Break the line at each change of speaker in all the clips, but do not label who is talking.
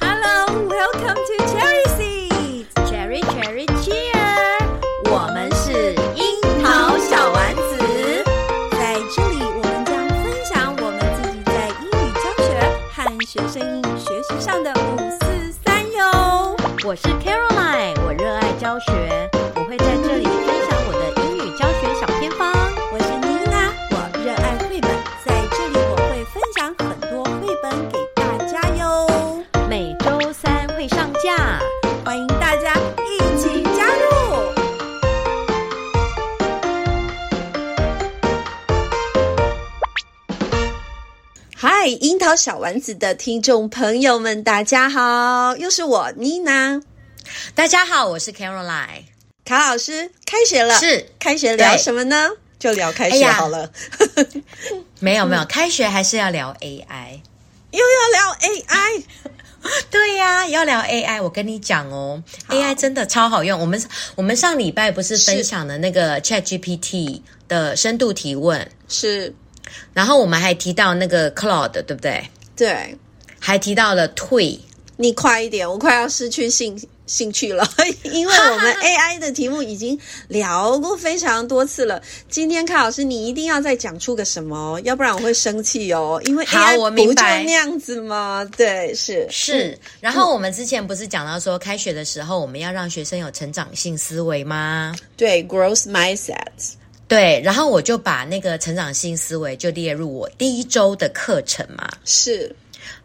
Welcome, welcome to Cherry Seeds.
Cherry Cherry Cheer，
我们是樱桃小丸子，在这里我们将分享我们自己在英语教学和学生英语学习上的五四三哟。
我是 Caroline，我热爱教学，我会在这里分享我的英语教学小偏方。
我是妮娜，我热爱绘本，在这里我会分享很多绘本给大家哟。
每周三会上架。
欢迎大家一起加入。嗨，樱桃小丸子的听众朋友们，大家好，又是我妮娜
大家好，我是 Caroline。
卡老师。开学了，
是
开学聊
对
什么呢？就聊开
哎
学
呀
好了，
没有没有，开学还是要聊 AI。
又要聊 AI，
对呀、要聊 AI。我跟你讲哦，AI 真的超好用。我们我们上礼拜不是分享了那个 ChatGPT 的深度提问，
是
然后我们还提到那个 Cloud，对不对？
对。
还提到了 Twee。
你快一点，我快要失去兴兴趣了， 因为我 们 AI 的题目已经聊过非常多次了。今天卡老师，你一定要再讲出个什么，哦要不然我会生气哦。因为
好
AI
我
不
明
就
白
那样子吗？对，是
是，然后我们之前不是讲到说，开学的时候我们要让学生有成长性思维吗？
对 growth mindset。
对，然后我就把那个成长性思维就列入我第一周的课程嘛。
是，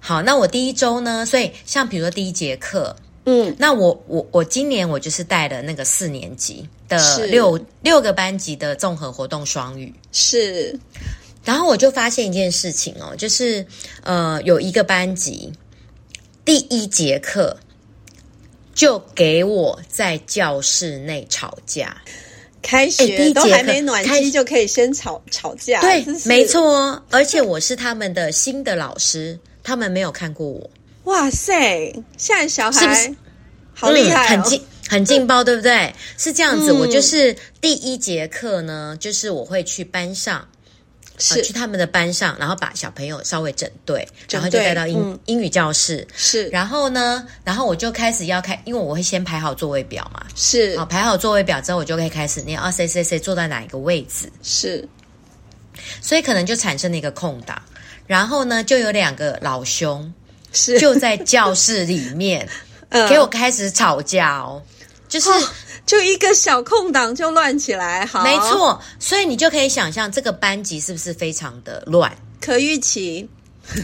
好，那我第一周呢，所以像比如说第一节课，
嗯，
那我我我今年我就是带了那个四年级
是
的六六个班级的综合活动双语，
是，
然后我就发现一件事情哦，就是呃，有一个班级第一节课就给我在教室内吵架，
开
哎第
学
一
都
节
还
课
没暖
开
气就可以先吵吵架，
对
哎真，是
没。错哦，而且我是他们的新的老师，他们没有看过我，
哇塞，现在小
是不
孩
是
好厉
嗯
害、哦
很劲很劲 爆，对不对？是这样子，
嗯
我就是第一节课呢，就是我会去班上。呃去
是
他们的班上，然后把小朋友稍微整队，
整
然后就
队
带到英、
嗯
英语教室，
是
然后呢，然后我就开始要开，因为我会先排好座位表嘛。
是
好，排好座位表之后，我就可以开始念啊，谁谁谁坐在哪一个位置，
是
所以可能就产生了一个空档。然后呢，就有两个老兄
是，
就在教室里面
嗯哦
给我开始吵架哦，就是、
就一个小空档就乱起来，好，
没，错，所以你就可以想象这个班级是不是非常的乱，
可预期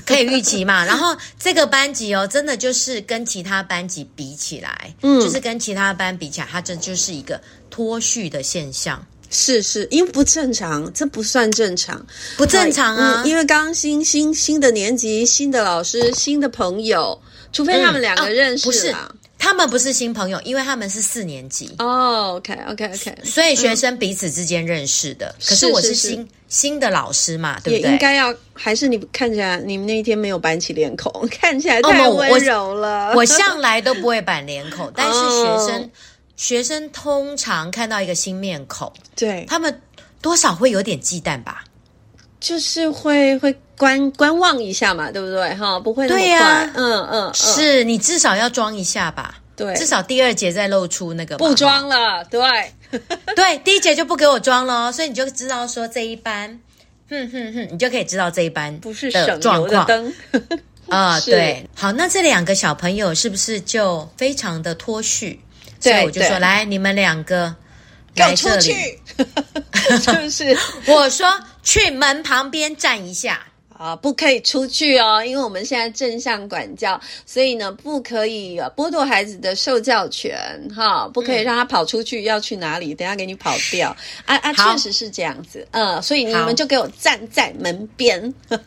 可以预期嘛。然 后这个班级哦，真的就是跟其他班级比起来，
嗯
就是跟其他班比起来，它这就是一个脱序的现象。
是是，因为不正常，这不算正常，
不正常啊
嗯因为刚新新新的年级、新的老师、新的朋友，除非他们两个
嗯
认
哦不
识
是
啦。
他们不是新朋友，因为他们是四年级，
哦，OK OK OK，
所以学生彼此之间认识的。可
是
是我
是
是
是
新新的老师嘛，对
也
不对？
应该要，还是你看起来你们那一天没有板起脸孔， 看起来
哦
太
我我
温柔了。
哦我向来都不会板 脸孔，但是学
哦
生、学生通常看到一个新面孔，
对，
他们多少会有点忌惮吧？
就是会会观观望一下嘛，对不对？哈，不会那么
对呀
快，嗯嗯嗯，
是你至少要装一下吧？
对
至少第二节再露出那个嘛
不。装 了，对。
哈对，第一节就不给我装了，所以你就知道说这一班。哼哼哼，你就可以知道这一班
不是
的
省
状
油的
况
灯，
啊、
是
对，好，那这两个小朋友是不是就非常的脱序？所
对
以我就说，
对
来，你们两个
给我
来
出
这里，
去， 就是
我说去门旁边站一 下。
啊，不可以出去哦，因为我们现在正向管教，所以呢，不可以呃剥夺孩子的受教权，哈，不
嗯
可以让他跑出去，要去哪里，等下给你跑掉，啊啊，
好
确实是这样子，嗯，所以你
好
们就给我站在门边，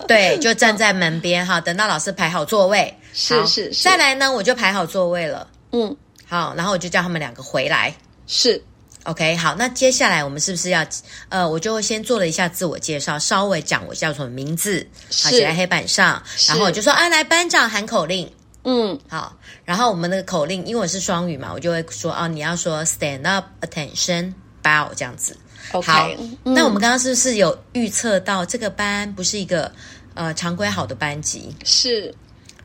对，就站在门边哈，等到老师排好座位。
是
好
是是
再来呢，我就排好座位了。
嗯，
好，然后我就叫他们两个回来。
是
OK，好，那接下来我们是不是要呃，我就先做了一下自我介绍，稍微讲我叫什么名字，好
是
写在黑板上，然后我就说，啊，来班长喊口令。
嗯，
好，然后我们那个口令，因为我是双语嘛，我就会说啊，你要说 stand up, attention, bow 这样子。
OK，
好，
嗯
那我们刚刚是不是有预测到这个班不是一个呃常规好的班级？
是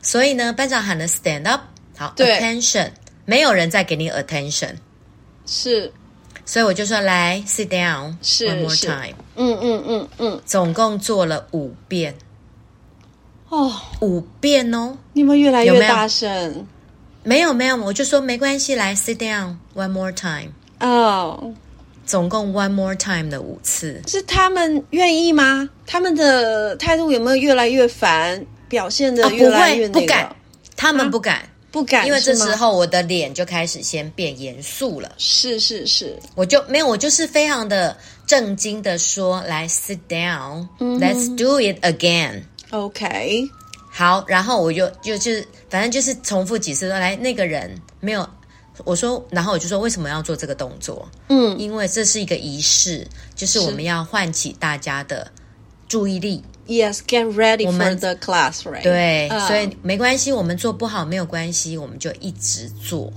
所以呢，班长喊了 stand up，好
对
，attention，没有人再给你 attention，
是，
所以我就说来 sit down
是
one more
是
time，
嗯嗯嗯嗯，
总共做了五遍，
哦，
五遍哦。
你们越来
有
越
没有
大声
没有没有，我就说没关系，来 sit down one more time，
哦，
总共 one more time 的五次。
是他们愿意吗？他们的态度有没有越来越烦？表现的
啊，
越
不
来越
会，
那
不
个、
敢，他们不敢，
不啊敢，
因为这
是吗
时候我的脸就开始先变严肃了，
是是是，
我就没有，我就是非常的震惊的说，来 sit
嗯
down，let's、do it again。
OK，
好，然后我就就就是反正就是重复几次说，来那个人没有，我说，然后我就说为什么要做这个动作？
嗯，
因为这是一个仪式，就是我
是哎
们要唤起大家的注意力。
Yes，get ready
我
for
们
the class，right？
对，
嗯
所以没关系，我们做不好没有关系，我们就一直做。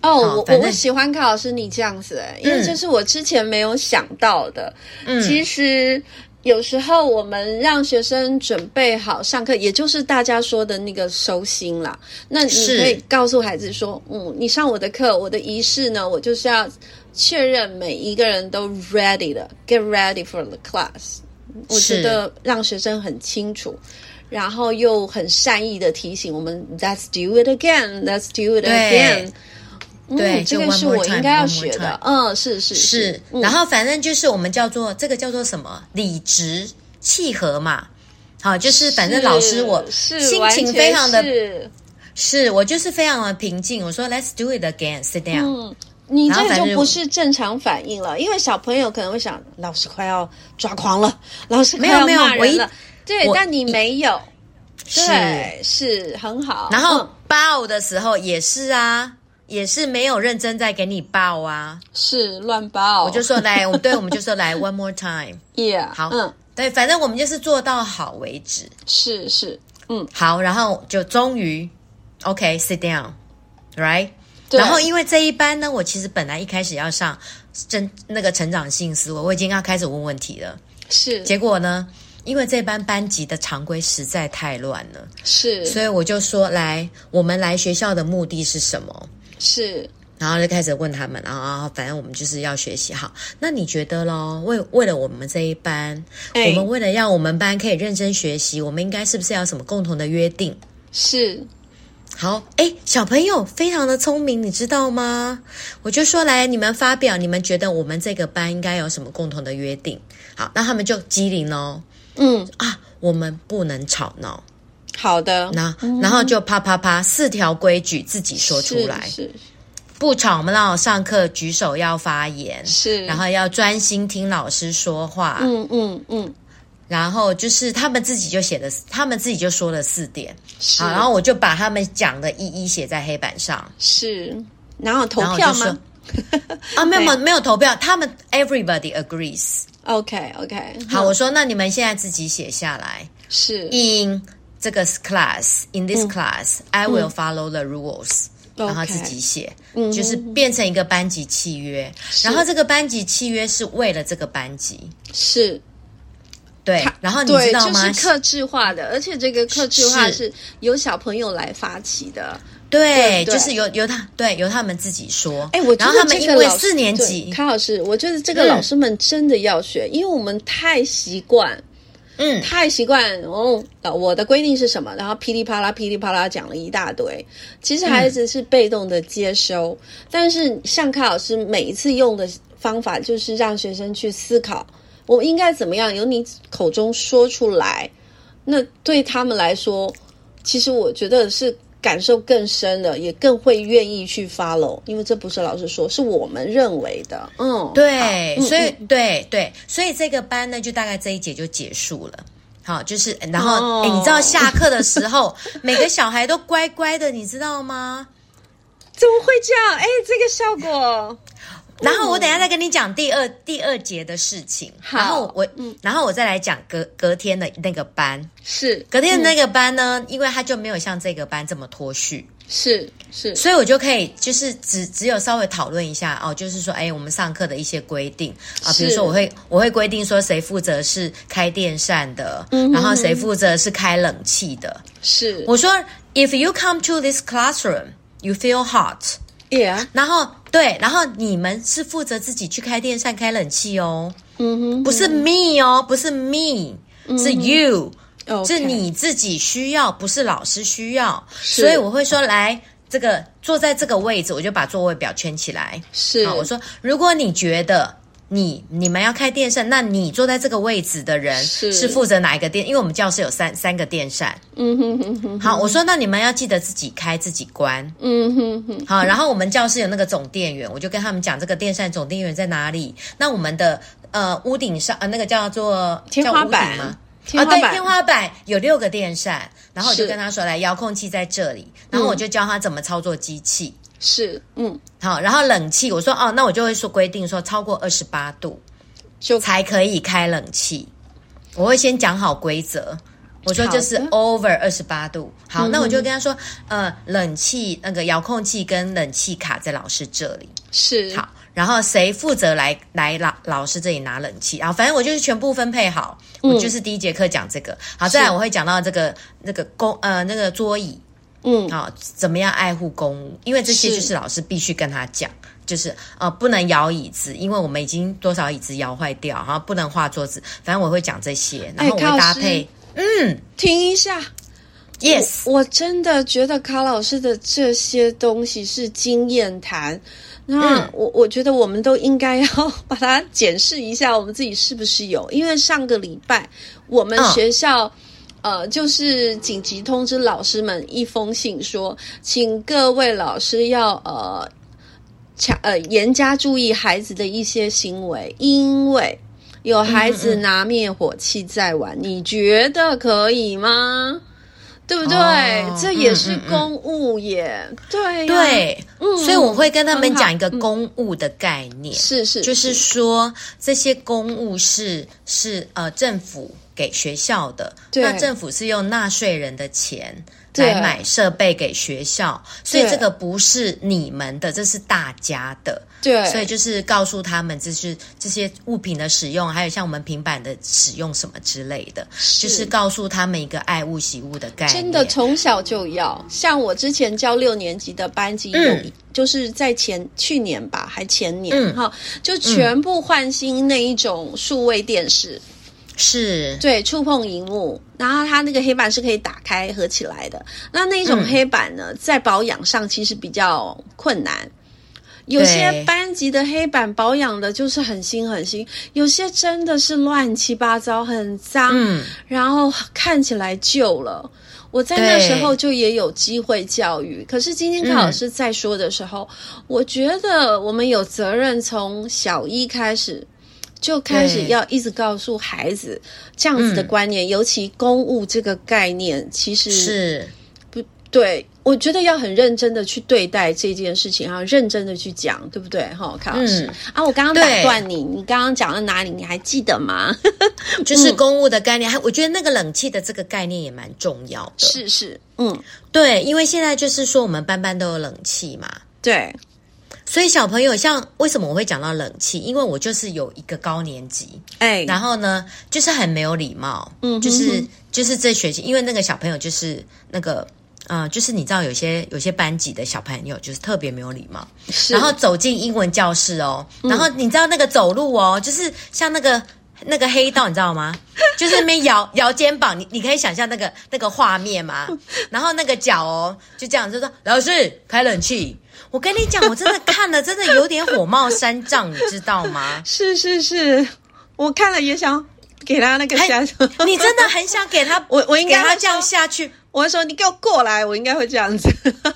哦，
好
我我
反
我
正
喜欢卡老师你这样子、欸，因为
嗯
这是我之前没有想到的。其实有时候我们让学生准备好上课，也就是大家说的那个收心啦。那你
是
可以告诉孩子说，嗯，你上我的课，我的仪式呢，我就是要确认每一个人都 ready 了，get ready for the class。我觉
是
得让学生很清楚。然后又很善意的提醒我们，Let's do it again, Let's do it
对
again。
对
嗯，
就
这个
one
是
more
我
time，
应该要
one more
学的
time。
嗯，是是
是，
嗯
然后反正就是我们叫做这个叫做什么理直气和嘛。好，就是反正老师我
是
心
完
情
全
非常的，
是
是我就是非常的平静。我说 Let's do it again, sit down。
嗯，你
然
这个
后反
就
正
不是正常反应了，因为小朋友可能会想，老师快要抓狂了，老师快
没有
要
没有
骂
我
人
一
了。对，
我
但你
一
没有，
是，
对，是很好。
然后
嗯
抱的时候也是啊，也是没有认真在给你抱啊。
是乱包，
我就说来，我们对我们就说来 one more time。
yeah，
好，
嗯，
对，反正我们就是做到好为止。
是是，嗯，
好，然后就终于 OK sit down，right？
对
然后因为这一班呢，我其实本来一开始要上真那个成长性思维，我已经要开始问问题了。
是
结果呢，因为这班班级的常规实在太乱了，
是
所以我就说来，我们来学校的目的是什么？
是，
然后就开始问他们啊，反正我们就是要学习好。那你觉得咯？为为了我们这一班，
哎
我们为了让我们班可以认真学习，我们应该是不是要有什么共同的约定？
是
好，哎，小朋友非常的聪明，你知道吗？我就说来，你们发表，你们觉得我们这个班应该有什么共同的约定？好，那他们就机灵喽
嗯，
啊，我们不能吵闹，
好的，
那、然后就啪啪啪四条规矩自己说出
是
来，
是
不吵闹，上课举手要发言，
是，
然后要专心听老师说话，
嗯嗯嗯，
然后就是他们自己就写的，他们自己就说了四点，
是
好，然后我就把他们讲的一一写在黑板上。
是，然后投
然后
票
就
吗
说 啊，没有没有
对
没有投票，他们 everybody agrees。
？OK OK，
好，我说那你们现在自己写下来。
是
In 这个 class, in
嗯
this class,、I will follow the rules、然后自己写，就是变成一个班级契约。
嗯
然后这个班级契约是为了这个班级，
是，
对
它。
然后你
对
知道吗？
就是克制化的，而且这个克制化
是
是由小朋友来发起的。对
对，
对
就是由由他对由他们自己说。
哎，我觉得
然后他们
这
因
个
为
老师
四年
对
级，
康老师，我觉得这个
嗯
老师们真的要学，因为我们太习惯。
嗯
太习惯哦，我的规定是什么？然后噼里啪啦噼里啪啦讲了一大堆。其实孩子是被动的接收，但是像卡老师每一次用的方法就是让学生去思考，我应该怎么样，由你口中说出来。那对他们来说，其实我觉得是感受更深的，也更会愿意去 follow，因为这不是老师说，是我们认为的。嗯，
对，
好嗯
所以、对对，所以这个班呢，就大概这一节就结束了。好，就是然后，
哦
哎、你知道下课的时候， 每个小孩都
嗯
乖乖的，你知道吗？
怎么会这样？哎，这个效果
然后我等一下再跟你讲第二第二节的事情，
好嗯
然后我，然后我再来讲隔隔天的那个班，
是
隔天的那个班呢，因为他就没有像这个班这么脱序，
是是，
所以我就可以就是只只有稍微讨论一下哦，就是说，哎，我们上课的一些规定啊，比如
是
说我会我会规定说谁负责是开电扇的，
嗯
然后谁负责是开冷气的。
是
我说，If you come to this classroom, you feel hot。
，Yeah，
然后对，然后你们是负责自己去开电扇、开冷气哦，
嗯
不是 me 哦，不是 me，是 you。
哼，OK，
是你自己需要，不是老师需要，所以我会说来这个坐在这个位置，我就把座位表圈起来。啊
是
好，我说如果你觉得你你们要开电扇，那你坐在这个位置的人
是
是负责哪一个电？因为我们教室有三三个电扇。
嗯哼哼哼，
好，我说那你们要记得自己开自己关。
嗯哼哼，
好，然后我们教室有那个总电源，我就跟他们讲这个电扇总电源在哪里。那我们的呃屋顶上呃那个叫做
天花板
叫屋顶吗？
天花
啊，
板
对，天花板有六个电扇，然后我
是嗯
就跟他说，来，遥控器在这里，然后我就教他怎么操作机器。
是，嗯，
好，然后冷气，我说哦，那我就会说规定说超过二十八度
就
才可以开冷气，我会先讲好规则。我说
好
就
的嗯
是 over 二十八度，好，那我就跟他说，呃，冷气那个遥控器跟冷气卡在老师这里，
是
好，然后谁负责来来老老师这里拿冷气，然后反正我就是全部分配好，
嗯
我就是第一节课讲这个，好，再来我会讲到这个那个公呃那个桌椅，
嗯，
好，怎么样爱护公务，因为这些
是
就是老师必须跟他讲。就是呃，不能摇椅子，因为我们已经多少椅子摇坏掉，然后不能画桌子。反正我会讲这些，然后我
哎
会
高
搭
老师
配。
听一下
yes，
我我真的觉得卡老师的这些东西是经验谈。那、
嗯
我我觉得我们都应该要 把它检视一下，我们自己是不是有？因为上个礼拜我们
嗯
学校、呃，就是紧急通知老师们一封信说，请各位老师要呃强呃严加注意孩子的一些行为，因为有
嗯
孩子拿灭火器在玩，你觉得可以吗？对不对？
哦
这也是
嗯嗯嗯
公务耶，对呀、
对，
嗯
所以我会跟他们
很好嗯
讲一个公务的概念。
是是
就是说这些公务是是呃政府给学校的，
对
那政府是用纳税人的钱
对
来买设备给学校，所以
对
这个不是你们的，这是大家的。
对，
所以就是告诉他们，就是这些物品的使用，还有像我们平板的使用什么之类的，就是告诉他们一个爱物喜物的概念。
真的从小就要，像我之前教六年级的班级有，
嗯
就是在前去年吧，还前年
嗯
哈、就全部换新那一种数位电视，
是
对，触碰荧幕，然后它那个黑板是可以打开合起来的。那那一种
嗯
黑板呢，在保养上其实比较困难。有些
对
班级的黑板保养的就是很新很新，有些真的是乱七八糟，很脏，
嗯
然后看起来旧了。我在那时候就也有机会教育，可是今天康老师在说的时候，我觉得我们有责任从小一开始就开始
对嗯
要一直告诉孩子这样子的观念，尤其公务这个概念，其实
是
对我觉得要很认真的去对待这件事情，然后认真的去讲，对不对？哈，康老师、
嗯
啊，我刚刚
对
打断你，你刚刚讲到哪里？你还记得吗？嗯
就是公务的概念，还我觉得那个冷气的这个概念也蛮重要的。
是是，嗯，
对，因为现在就是说我们班班都有冷气嘛，
对，
所以小朋友像为什么我会讲到冷气？因为我就是有一个高年级，
哎，
然后呢，就是很没有礼貌，
嗯哼
就是就是这学期，因为那个小朋友就是那个。呃，就是你知道有些有些班级的小朋友就是特别没有礼貌，
是嗯
然后走进英文教室哦，然后你知道那个走路哦，就是像那个那个黑道，你知道 吗？就是那边摇摇肩膀，你你可以想象那个那个画 面吗？然后那个脚哦，就这样就说老师开冷气。我跟你讲，我真的看了，真的有点火冒三丈，你知道吗？
是是是，我看了也想给他那个下。
哎你真的很想给他，
我我应该
给
会
他这样
说
下去，
我会说你给我过来，我应该会这 样子。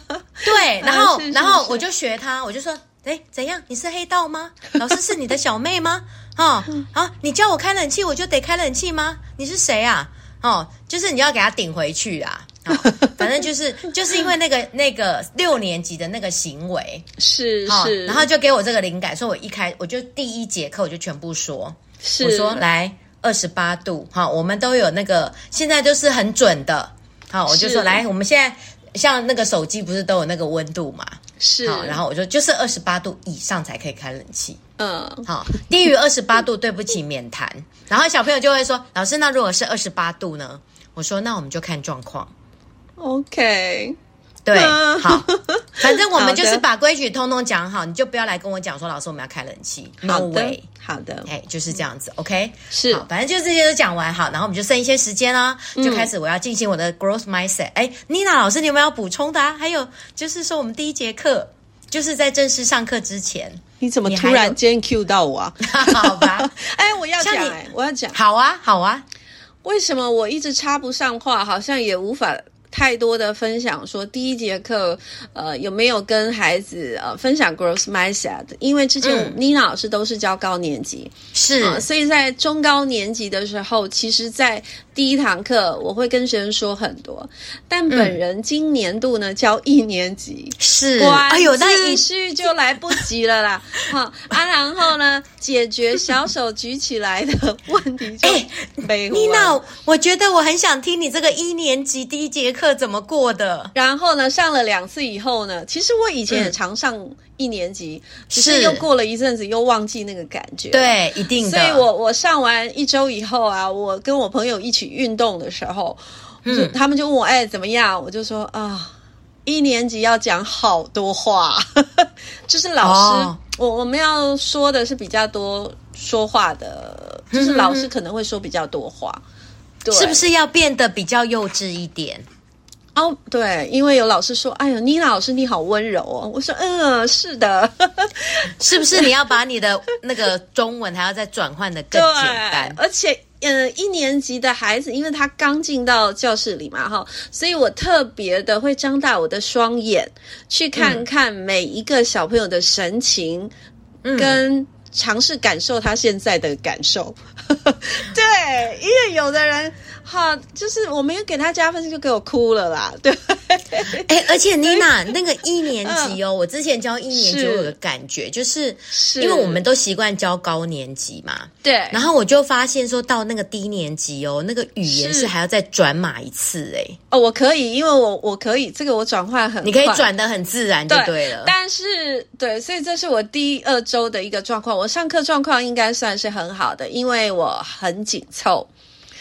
对，然后
啊是是
然后
是
我就学他，我就说，哎，怎样？你是黑道吗？ 老师是你的小妹吗？哦，
嗯
啊，你叫我开冷气，我就得开冷气吗？你是谁啊？哦，就是你要给他顶回去啊。 好，反正就是就是因为那个那个六年级的那个行为，
是
好
是，
然后就给我这个灵感，所以我一开我就第一节课我就全部说，
是
我说来二十八度，好，我们都有那个，现在就是很准的，好，我就是说来，我们现在像那个手机不是都有那个温度嘛，
是，
好，然后我就就是二十八度以上才可以开冷气，
嗯，
好，低于二十八度对不起免谈，然后小朋友就会说，老师那如果是二十八度呢？我说那我们就看状况，
OK，
对
嗯，
好，反正我
好
们
的
就是把规矩通通讲好，你就不要来跟我讲说老师我们要开冷气
好
，no
的
way。，
好的，
哎，就是这样子，OK，
是嗯
好，反正就这些都讲完，好，然后我们就剩一些时间啦、就开始我要进行我的 growth mindset。哎，Nina 老师，你有没有要补充的啊？还有就是说，我们第一节课就是在正式上课 之前，
你怎么
你
突
还
然
有
间 cue 到我啊？
好吧？
哎，我要讲、
像你
哎，我要讲，
好啊，好啊，
为什么我一直插不上话，好像也无法。太多的分享说第一节课，呃，有没有跟孩子呃分享 growth mindset？因为之前
嗯
妮娜老师都是教高年级，
是，
啊，所以在中高年级的时候，其实，在第一堂课我会跟学生说很多，但本
嗯
人今年度呢、教一年级，
是，
哇，
哎呦，那
秩
一
序就来不及了 啦。好啊，然后呢，解决小手举起来的问题就
哎
没
妮
完
娜，我觉得我很想听你这个一年级第一节课怎么过的。
然后呢，上了两次以后呢，其实我以前也常上一年级，只是
嗯是
又过了一阵子又忘记那个感觉。。
对，一定的。
所以我我上完一周以后啊，我跟我朋友一起运动的时候，就
嗯，
他们就问我哎怎么样，我就说啊，一年级要讲好多话， 就是老师，
哦
我我们要说的是比较多说话的，就是老师可能会说比较多话，对，
嗯是不？是要变得比较幼稚一点？
哦，对，因为有老师说，哎呦，妮娜老师你好温柔哦，我说嗯是的，
是不是你要把你的那个中文还要再转换的 更简单？
而且。嗯，一年级的孩子，因为他刚进到教室里嘛，哈，所以我特别的会张大我的双眼，去看看每一个小朋友的神情，
嗯
跟尝试感受他现在的感受。 对，因为有的人哈，就是我没有给他加分，就给我哭了啦。对，
哎、而且妮娜那个一年级哦，我之前教一年级，
嗯是
我有个感觉，就是
是哎
因为我们都习惯教高年级嘛，
对，
然后我就发现说到那个低年级哦，那个语言
是
是还要再转码一次哎，
哦，我可以，因为我我可以，这个我转换很快，
你可以转的很自然就
对
对了。
但是对，所以这是我第二周的一个状况。我上课状况应该算是很好的，因为我很紧凑。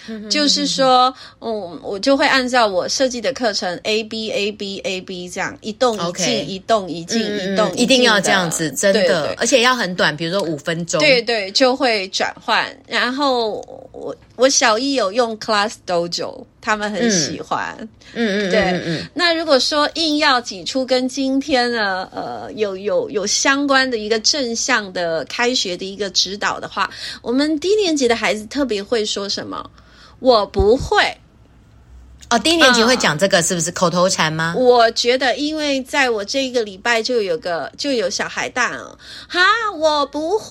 嗯
就是说，嗯，我就会按照我设计的课程 A B A B A B 这样一动一静
OK 嗯
一动一静，一动
一定
静
要
地
这样子，真的，
对对
而且要很短，比如说五分钟。
对对，就会转换。然后我我小一有用 Class Dojo，他们很喜欢。
嗯，嗯嗯
对
嗯嗯，
那如果说硬要挤出跟今天呢，呃，有有有相关的一个正向的开学的一个指导的话，我们低年级的孩子特别会说什么？我不会。
哦，低年级会讲这个是不是口头禅吗？
我觉得，因为在我这一个礼拜就有个就有小孩蛋了，哈，我不会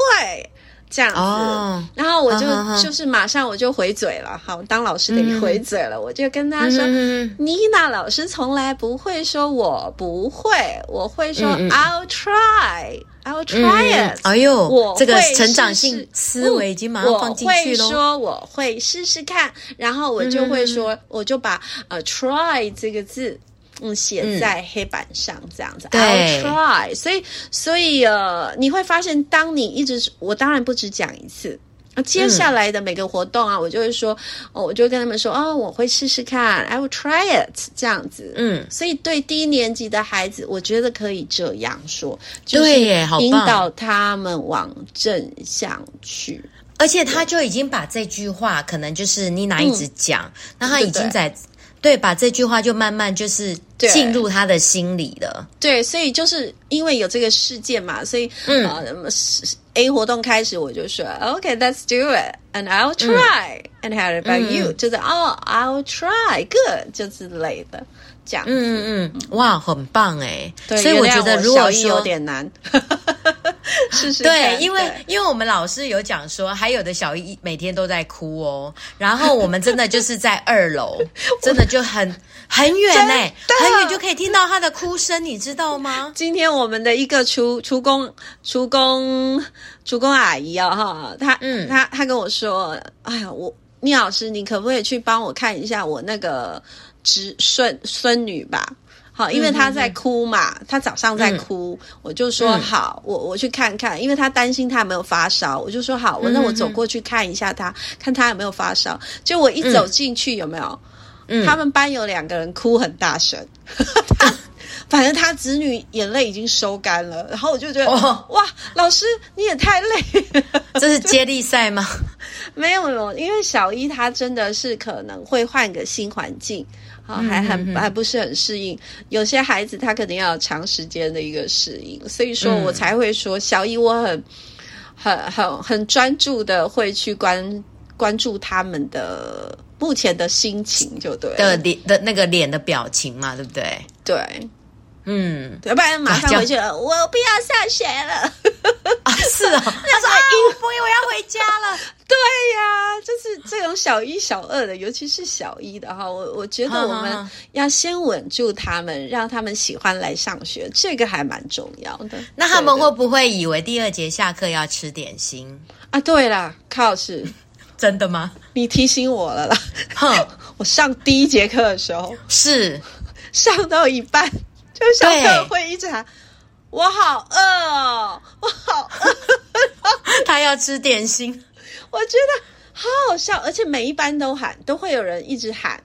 这样子。
哦
然后我就、
嗯嗯嗯
就是马上我就回嘴了，好，当老师得回嘴了，我就跟他说，
嗯
妮娜老师从来不会说我不会，我会说
嗯嗯
I'll try。I'll try it、
哎呦，
我
这个
会
成
试
长
试
性思维已经马上
我
放进
会
去喽。
说我会试试看，然后我就会说，
嗯
我就把呃 try 这个字。嗯，写在黑板上这样子、
对
i l l try。所以，所以呃，你会发现，当你一直，我当然不只讲一次。啊接下来的每个活动啊，我就会说，哦，我就会跟他们说，哦，我会试试看，I will try it，这样子。
嗯，
所以对低年级的孩子，我觉得可以这样说，就是
对耶好棒
引导他们往正向去。
而且他就已经把这句话，可能就是妮娜一直讲，那他已
对对
经在对把这句话就慢慢就是
对
进入他的心里了。
对，所以就是因为有这个事件嘛，所以嗯、呃那么是是，A 活动开始我就说，OK，let's、do it，and
嗯
I'll try，and、how about you？、就是哦、i l l try，good，就之类的，这样子。
嗯嗯嗯，哇，很棒哎！
对，
所以我
原谅
觉
我
得，如果
小一有
说
点难， 试试
对，
看。
因为因为我们老师有讲说，还有的小一每天都在哭哦。然后我们真的就是在二楼，真的就很很远呢、欸
真的
很远就可以听到他的哭声，你知道吗？
今天我们的一个厨厨工厨工厨工阿姨啊、哈，她
嗯
她她跟我说，哎呀，我聂老师，你可不可以去帮我看一下我那个侄孙孙女吧？好，因为她在哭嘛，她早上在哭，我就说
嗯嗯
好，我我去看看，因为她担心她有没有发烧，我就说好，我那我
嗯
走过去看一下她，看她有没有发烧。就我一走进去，有没有？
嗯
他们班有两个人哭很大声， 反正他子女眼泪已经收干了，然后我就觉得、
哦
哇，老师你也太累 了。
这是接力赛吗？
没有没有，因为小一他真的是可能会换个新环境，啊、
嗯
还很还不是很适应。有些孩子他肯定要有长时间的一个适应，所以
嗯
说我才会说小一我很很很很专注的会去关关注他们的目前的心情，就对了
的脸的那个脸的表情嘛，对不对？
对。
嗯
要不然马
这
上
样
回去了，我不要上学了。
啊，是哦。他说：“哎，我不会，我要回家了。
对呀、就是这种小一、小二的，尤其是小一的哈，我我觉得我
好好
们
好
要先稳住他们，让他们喜欢来上学，这个还蛮重要的”。
那他们
对
会不会以为第二节下课要吃点心？
对啊？对啦，康老师，
真的吗？
你提醒我了啦。
哼，
我上第一节课的时候，
是
上到一半，就小
对
课会一直喊：“我好饿哦，我好饿。”
他要吃点心。
我觉得好好笑，而且每一班都喊，都会有人一直喊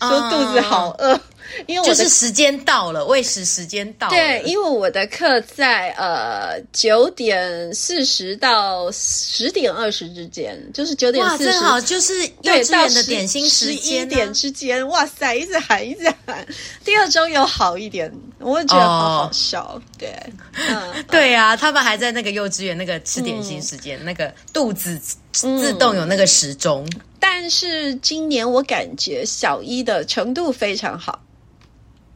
说
嗯
肚子好饿，因为
就
我的、
是时间到了，喂食时间到了。
对，因为我的课在呃九点四十到十点二十之间，就是九点
哇，
四
正
十。
好就是幼
对，
稚
到
园
十
的点心
十
时
一
间、啊。
点之间，哇塞，一直喊，一直喊。第二周有好一点，我也觉得好好
哦
笑。对，嗯，
对啊，他们还在那个幼稚园那个吃点心时间，那个肚子
嗯
自动有那个时钟。
但是今年我感觉小一的程度非常好，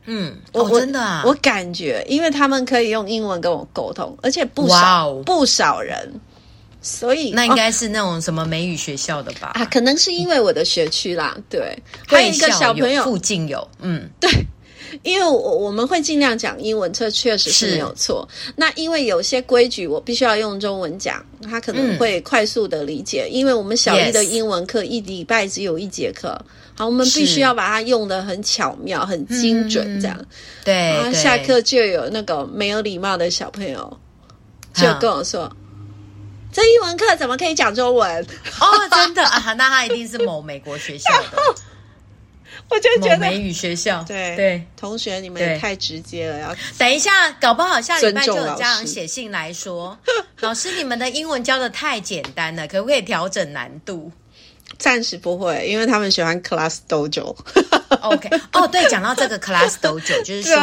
嗯，
我、
哦，真的啊，
我感觉，因为他们可以用英文跟我沟通，而且不
哇
少、
哦
不少人，所以
那应
哦
该是那种什么美语学校的吧？
啊，可能是因为我的学区啦，对，还
贵
有一个
校
小
有
朋友
附，近有，嗯，
因为我我们会尽量讲英文，这确实是
是
没有错。那因为有些规矩我必须要用中文讲，他可能
嗯
会快速的理解，因为我们小一
Yes
的英文课一礼拜只有一节课，好，我们必须
是嗯
要把它用的很巧妙、很精准，这样。
对
然后，
对
啊下课就有那个没有礼貌的小朋友
嗯
就跟我说：“这英文课怎么可以讲中文？”
哦，真的啊，那他一定是某美国学校的
我就 觉
某美
得，
语学校，
对
对。
同学你们也
对
太直接了，要
等一下，搞不好下礼拜就
尊重老师
有家长写信来说，老师你们的英文教的太简单了，可不可以调整难度
暂时不会，因为他们喜欢 class dojo。
？OK，哦，对，讲到这个 class dojo，就是说，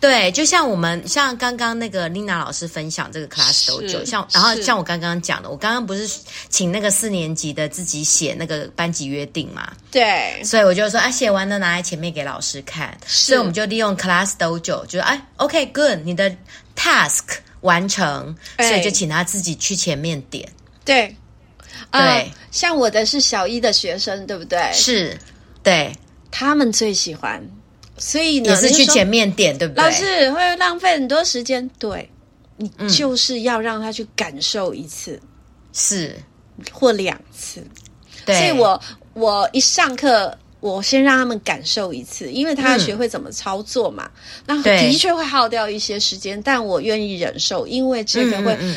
对，
对，就像我们像刚刚那个 Lina 老师分享这个 class dojo，像然后
是
像我刚刚讲的，我刚刚不是请那个四年级的自己写那个班级约定嘛，
对，
所以我就说，啊，写完了拿在前面给老师看，所以我们就利用 Class Dojo，就是哎，OK，good，、你的 task 完成，
哎
所以就请他自己去前面点。
对，呃
对
像我的是小一的学生，对不对？
是，对，
他们最喜欢，所以呢
也是
你就
去
说
前面点，对不对？
老师会浪费很多时间，对你
嗯
就是要让他去感受一次。
是，
或两次，
对，
所以我我一上课，我先让他们感受一次，因为他要
嗯
学会怎么操作嘛。那
对
的确会耗掉一些时间，但我愿意忍受，因为这个
嗯
会
嗯嗯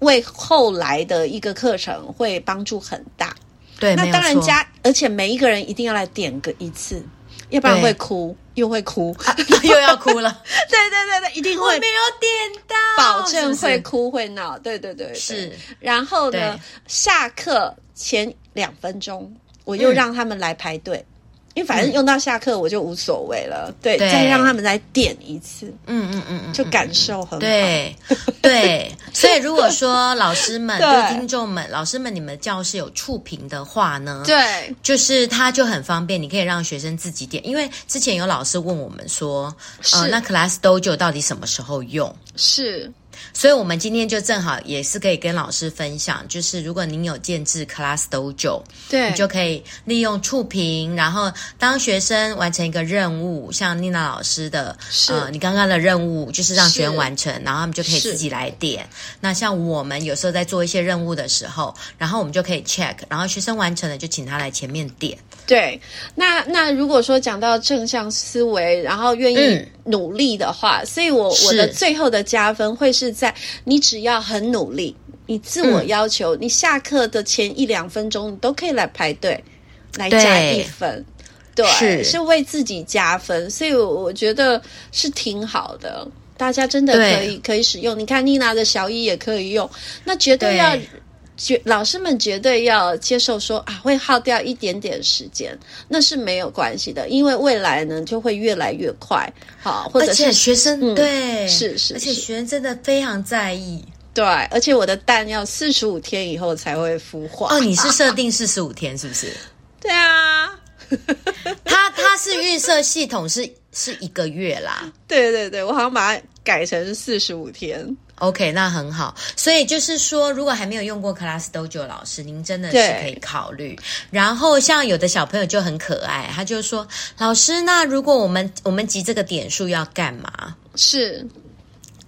为后来的一个课程会帮助很大。
对，没
那
有
当然
错
加，而且每一个人一定要来点个一次，要不然
对
会哭，又会哭。
又要哭了，
对对对对，一定
我
会
没有点到，
保证
是不
会
是
哭会闹，对对对对
是
然后呢
对，
下课前两分钟，我又
嗯
让他们来排队，因为反正
嗯
用到下课我就无所谓了。对，
对
再让他们来点一次，
嗯嗯嗯嗯，
就感受很好。
对 对，所以如果说老师们、
对
各位听众们、老师们，你们的教室有触屏的话呢，
对
就是它就很方便，你可以让学生自己点。因为之前有老师问我们说，
是
呃，那 Class Dojo 到底什么时候用？
是，
所以，我们今天就正好也是可以跟老师分享，就是如果您有建制 Class Dojo，
对，
你就可以利用触屏，然后当学生完成一个任务，像妮娜老师的，
是
呃，你刚刚的任务就是让学
是
员完成，然后他们就可以
是
自己来点。那像我们有时候在做一些任务的时候，然后我们就可以 check，然后学生完成了就请他来前面点。
对，那那如果说讲到正向思维，然后愿意
嗯
努力的话，所以我
是
我的最后的加分会是在你只要很努力，你自我要求，你下课的前一两分钟你都可以来排队，来加
对
一分。对，
是
为自己加分，所以我我觉得是挺好的。大家真的可以可以使用，你看妮娜的小乙也可以用，那绝对
对
要绝老师们绝对要接受说啊，会耗掉一点点时间，那是没有关系的，因为未来呢就会越来越快，好，或
而
者
且
是
学生、
嗯
对
是是
而且
是
学生真的非常在意。
对，而且我的蛋要四十五天以后才会孵化。
哦，你是设定四十五天是不 是？
对啊，
他他是预设系统是是一个月啦。
对对对，我好像把它改成四十五天。
OK，那很好。所以就是说，如果还没有用过 Class Dojo 老师，您真的是
对
可以考虑。然后像有的小朋友就很可爱，他就说：“老师，那如果我们我们集这个点数要干嘛？”
是，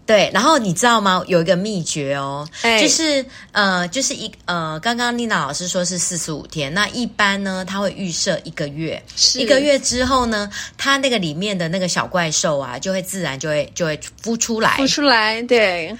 对，然后你知道吗？有一个秘诀哦，
哎
就是呃，就是一呃，刚刚丽娜老师说是四十五天，那一般呢，他会预设一个月，
是
一个月之后呢，他那个里面的那个小怪兽啊，就会自然就会就会孵出来
孵，出来，对，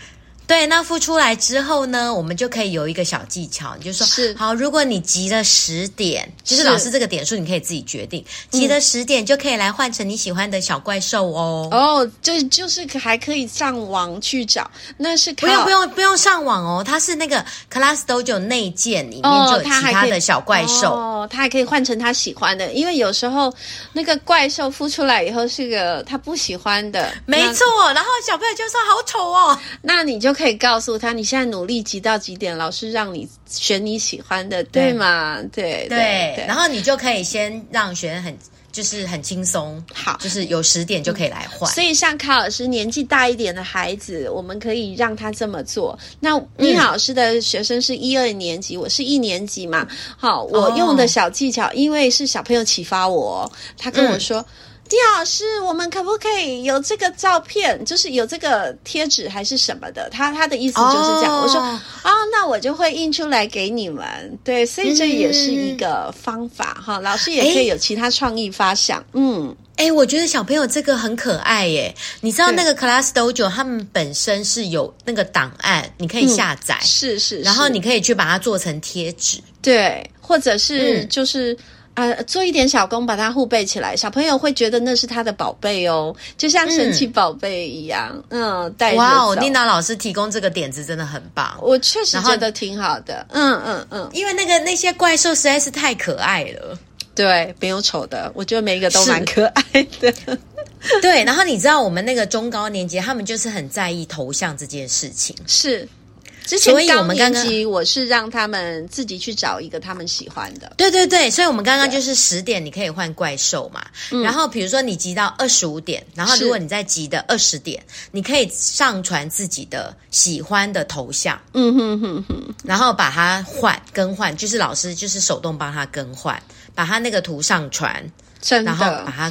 对，那孵出来之后呢，我们就可以有一个小技巧，你就说
是
好，如果你集了十点，就是
是嗯
老师这个点数你可以自己决定，集了十点就可以来换成你喜欢的小怪兽哦。
哦，就就是还可以上网去找，那是
不
不
用不用不用上网哦，它是那个 Class Dojo 内建里面就有
哦
其
它还
他
可以
的小怪兽，
哦，它还可以换成他喜欢的，因为有时候那个怪兽孵出来以后是个他不喜欢的，
没错。然后小朋友就说好丑哦，
那，那你就可以告诉他，你现在努力集到几点，老师让你选你喜欢的，对
对
吗？对
对，
对
然。后你就可以先让学生很就是很轻松，
好
就是有十点就可以来换。
所以像卡老师年纪大一点的孩子，我们可以让他这么做。那妮
嗯
娜老师的学生是一二年级，我是一年级嘛。好，我
哦
用的小技巧，因为是小朋友启发我，他跟
嗯
我说。妮娜老师，我们可不可以有这个照片？就是有这个贴纸还是什么的？他他的意思就是这样。
哦
我说哦，那我就会印出来给你们。对，所以这也是
嗯
一个方法、哈。老师也可以
诶
有其他创意发想。嗯，
哎，我觉得小朋友这个很可爱耶！你知道
对
那个 Class Dojo 他们本身是有那个档案，你可以下载，
是是是。
哎然后你可以去把它做成贴纸。
对，或者是
嗯
就是。呃，做一点小工，把它互备起来，小朋友会觉得那是他的宝贝哦，就像神奇宝贝一样，嗯，带着走。
哇哦，妮娜老师提供这个点子真的很棒，
我确实
然后
觉得挺好的，嗯嗯嗯，
因为那个那些怪兽实在是太可爱了。
对，没有丑的，我觉得每一个都
是
蛮可爱的，
对，然后你知道我们那个中高年级，他们就是很在意头像这件事情。
是。之前
所以我
高
们
年
刚刚
级我是让他们自己去找一个他们喜欢的，
对对对，所以我们刚刚就是十点你可以换怪兽嘛，然后比如说你集到二十五点，然后
嗯是
如果你再集的二十点，你可以上传自己的喜欢的头像，
嗯哼哼哼，
然后把它换更换，就是老师就是手动帮他更换，把他那个图上传，
真
然后把
的
它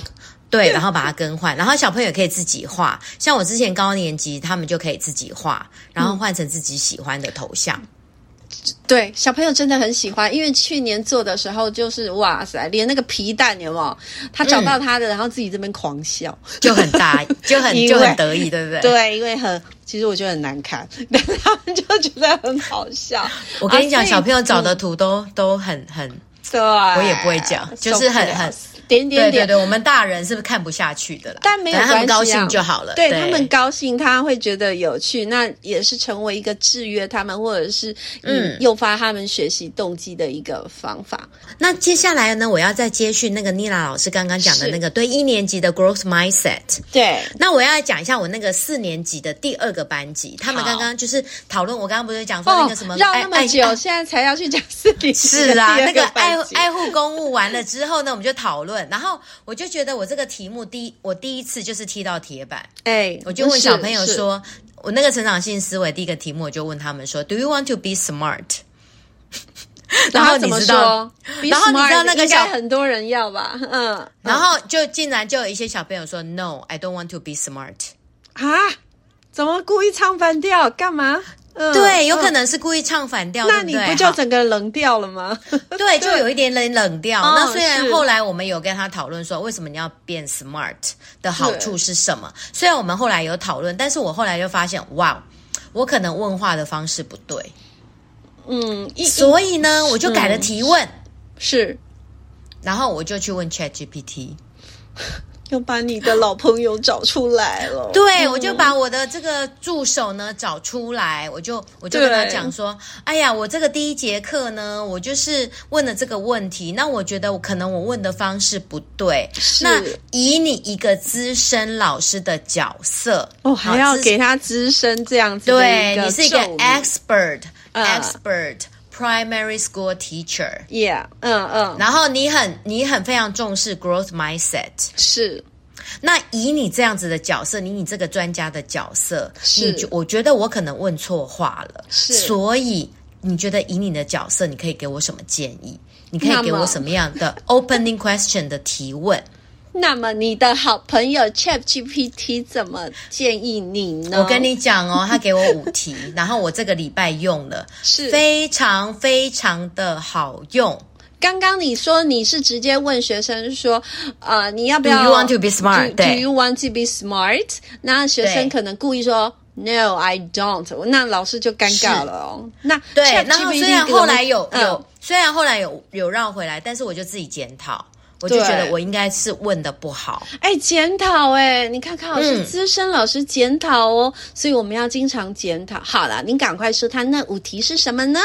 对，然后把它更换，然后小朋友也可以自己画，像我之前高年级他们就可以自己画，然
嗯
后换成自己喜欢的头像。
对，小朋友真的很喜欢，因为去年做的时候就是哇塞，连那个皮蛋有没有？他找到他的，然后自己这边狂笑，
就很大，就很
因为
就很得意，对不对？
对，因为很， 其实我觉得很难看，但是他们就觉得很好笑。
我跟你讲，
啊所以
小朋友找的图都都很很，
对，
我也不会讲就是很很
点点
对
点
对对，我们大人是不是看不下去的啦？
但没有
反正他们
关
高
系啊
兴就好了。
对他们高兴，他会觉得有趣，那也是成为一个制约他们，或者是嗯
嗯
诱发他们学习动机的一个方法。
那接下来呢，我要再接续那个妮娜老师刚刚讲的
是
那个对一年级的 growth mindset。
对，
那我要来讲一下我那个四年级的第二个班级，他们
好
刚刚就是讨论，我刚刚不是讲说那
哦
个什么，
绕
爱
那么
爱
久，现在才要去讲四零
是啊，那
个
个爱
班级
爱护公务完了之后呢，我们就讨论论，然后我就觉得我这个题目第一，我第一次就是踢到铁板，
哎，
我就问小
是
朋友，说，我那个成长性思维第一个题目，我就问他们说，Do you want to be smart？
是
然
然
后
后
你
怎么
知道
说？比
然后你知道
smart
那个
应
小
该很多人要吧？嗯，
然后就竟然就有一些小朋友说，No，I don't want to be smart。
啊，怎么故意唱反调？干嘛？嗯，
对，有
嗯
可能是故意唱反调，
那
对
你
对
不就
好
整个冷掉了吗？
对，就有一点冷冷掉。
嗯
那虽然
是
后来我们有跟他讨论说，为什么你要变 smart 的好处是什么？虽然我们后来有讨论，但是我后来就发现，哇，我可能问话的方式不对，
嗯，一一
所以呢，我就改了提问，
是
然后我就去问 Chat GPT。
又把你的老朋友找出来了。
对，我就
嗯
把我的这个助手呢找出来，我就我就跟他
对
讲说，哎呀，我这个第一节课呢，我就是问了这个问题，那我觉得我可能我问的方式不对，
是
那以你一个资深老师的角色，
哦，还
好
要
资
给他资深这样子的
对
个
你是一个
咒语
expert、
嗯
expert primary school teacher。
Yeah，嗯嗯，
然后你很你很非常重视 growth mindset，
是
那以你这样子的角色，以你这个专家的角色，
是
你觉我觉得我可能问错话了，
是
所以你觉得以你的角色，你可以给我什么建议？你可
那
以
么
给我什么 样的 opening question 的提问？
那么你的好朋友 Chat GPT 怎么建议你呢？
我跟你讲哦，他给我 五题，然后我这个礼拜用了，
是
非常非常的好用。
刚刚你说你是直接问学生说，呃，你要不
Do
要
you want to be smart？
do, do
对
you want to be smart？那学生
对
可能故意说 No, I don't。那老师就尴尬了哦。那
对，
ChatGPT
然后虽然
给我
后
们
来有
嗯
有，虽然后来有有绕回来，但是我就自己检讨，我就
对
觉得我应该是问的不好。
哎，检讨哎，你看看老师
嗯
资深老师检讨哦，所以我们要经常检讨。好了，您赶快说他那五题是什么呢？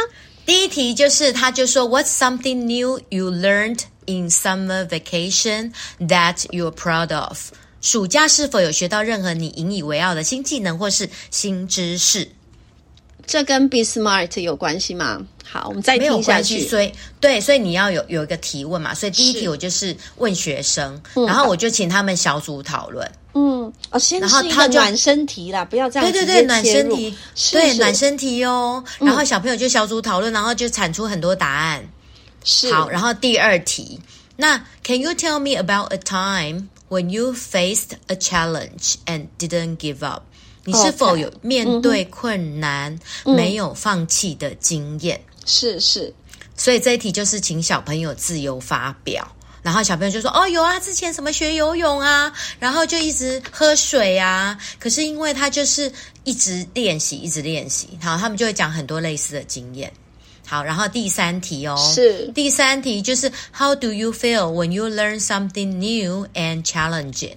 第一题就是，他就说，What's something new you learned in summer vacation that you're proud of？暑假是否有学到任何你引以为傲的新技能或是新知识？
这跟 be smart 有关系吗？好，我们再
没有
听下
关系，
去。
所以对，所以你要有有一个提问嘛。所以第一
是
题我就是问学生，然后我就请他们小组讨论。
嗯，哦，先
然后
是一个
他就
暖身题啦，不要这样
对对
直
对，
接
暖
切
身
入
题，
是
对
是嗯
暖身题哦。然后小朋友就小组讨论，然后就产出很多答案。
是
好，然后第二题，那 Can you tell me about a time when you faced a challenge and didn't give up？你是否
OK，
有面对困难、没有放弃的经验？
是是
所以这一题就是请小朋友自由发表。然后小朋友就说：“哦，有啊，之前什么学游泳啊，然后就一直喝水啊。可是因为他就是一直练习，一直练习，好，他们就会讲很多类似的经验。好，然后第三题哦，
是
第三题就是 How do you feel when you learn something new and challenging？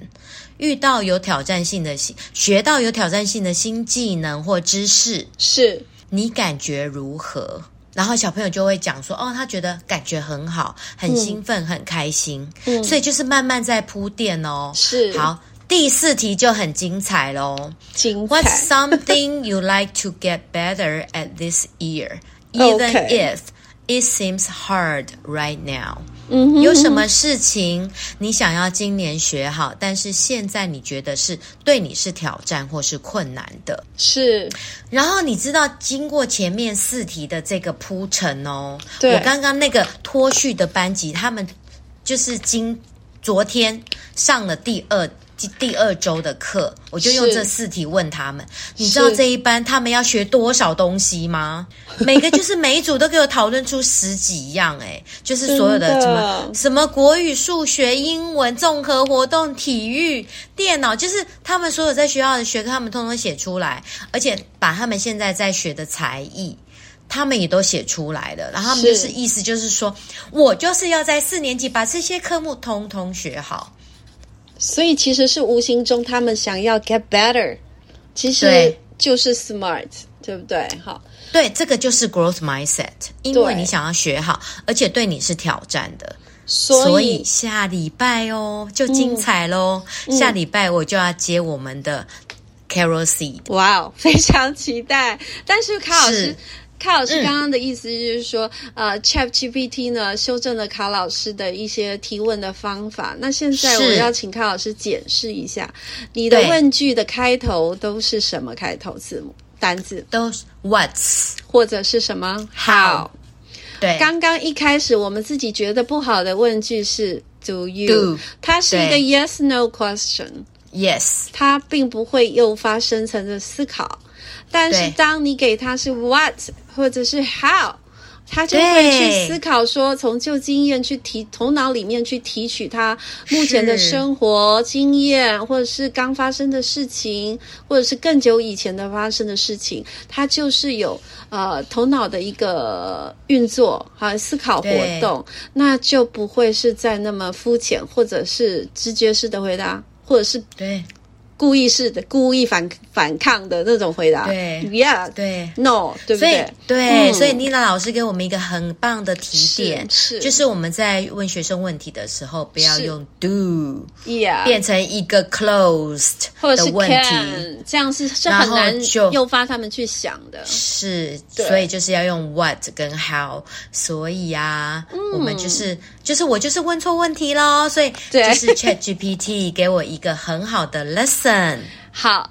遇到有挑战性的新，学到有挑战性的新技能或知识，
是
你感觉如何？然后小朋友就会讲说，哦，他觉得感觉很好，很兴奋，很开心，所以就是慢慢在铺垫哦。
是
好，第四题就很精彩喽。
精彩
What's something you like to get better at this year, even
Okay.
if it seems hard right now？
嗯哼
有什么事情你想要今年学好，但是现在你觉得是对你是挑战或是困难的？
是
然后你知道，经过前面四题的这个铺陈哦，
对
我刚刚那个脱序的班级，他们就是今昨天上了第二第第二周的课，我就用
是
这四题问他们，你知道这一班他们要学多少东西吗？ 每个就是每一组都给我讨论出十几样、哎，就是所有的
真的
什么什么国语、数学、英文、综合活动、体育、电脑，就是他们所有在学校的学科，他们通通写出来，而且把他们现在在学的才艺。他们也都写出来了，然后他们
是
就是意思就是说，我就是要在四年级把这些科目通通学好。
所以其实是无形中他们想要 get better，其实
对
就是 smart，对不对？好，
对，这个就是 growth mindset，因为
对
你想要学好，而且对你是挑战的，
所以
下礼拜哦就精彩喽！
嗯
下礼拜我就要接我们的 Carol Seed。
哇哦，非常期待。但是卡老师
是，嗯
卡老师刚刚的意思就是说，呃，Chat GPT 呢修正了卡老师的一些提问的方法。那现在我
是
要请卡老师解释一下，你的
对
问句的开头都是什么开头字母、单字，
都是 what's
或者是什么
How 对
刚刚一开始我们自己觉得不好的问句是 Do you？
Do
它是一个
对
Yes No question。
yes
它并不会诱发深层的思考。但是
对
当你给它是 what 或者是 how，它就会去
对
思考说，从旧经验去提头脑里面去提取它目前的
是
生活经验，或者是刚发生的事情，或者是更久以前的发生的事情，它就是有呃头脑的一个运作和思考活
对
动，那就不会是在那么肤浅或者是直觉式的回答，或者是
对
故意式的、故意反反抗的那种回答。
对
，Yeah，
对，
，No，对不
所以
对？
对，
嗯
所以妮娜老师给我们一个很棒的提点，
是是
就是我们在问学生问题的时候，不要
是
用 do
Yeah，
变成一个 closed
或者
的
是
问题。
Can，这样是是
然
很
后
难
就
诱发他们去想的。
是，
对
所以就是要用 what 跟 how，所以啊，
嗯
我们就是就是我就是问错问题喽，所以
对
就是 Chat GPT 给我一个很好的 lesson，
好，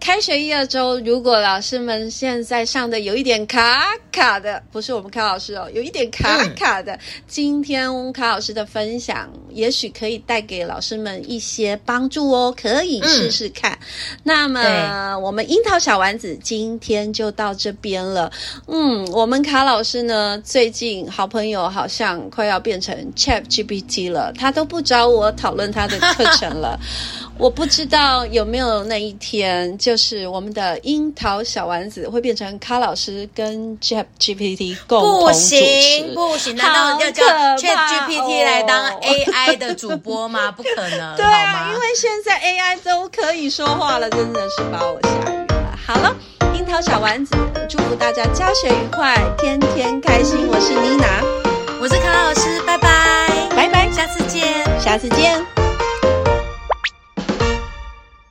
开学一二周，如果老师们现在上的有一点卡卡的，不是我们卡老师哦，有一点卡卡的，今天卡老师的分享，也许可以带给老师们一些帮助哦，可以试试看。那么，我们樱桃小丸子今天就到这边了。嗯，我们卡老师呢，最近好朋友好像快要变成 Chat GPT 了，他都不找我讨论他的课程了。我不知道有没有那一天，就是我们的樱桃小丸子会变成卡老师跟 Chat GPT 共同
不
主持
行。不行，难道要叫
好可怕
Chat GPT 来当
哦
AI 的主播吗？不可能，
对
好
啊，
吗
因？为现在 AI 都可以说话了，真的是把我吓晕了。好了，樱桃小丸子，祝福大家教学愉快，天天开心。我是妮娜，
我是卡老师，拜拜，
拜拜
下次见。
下次见。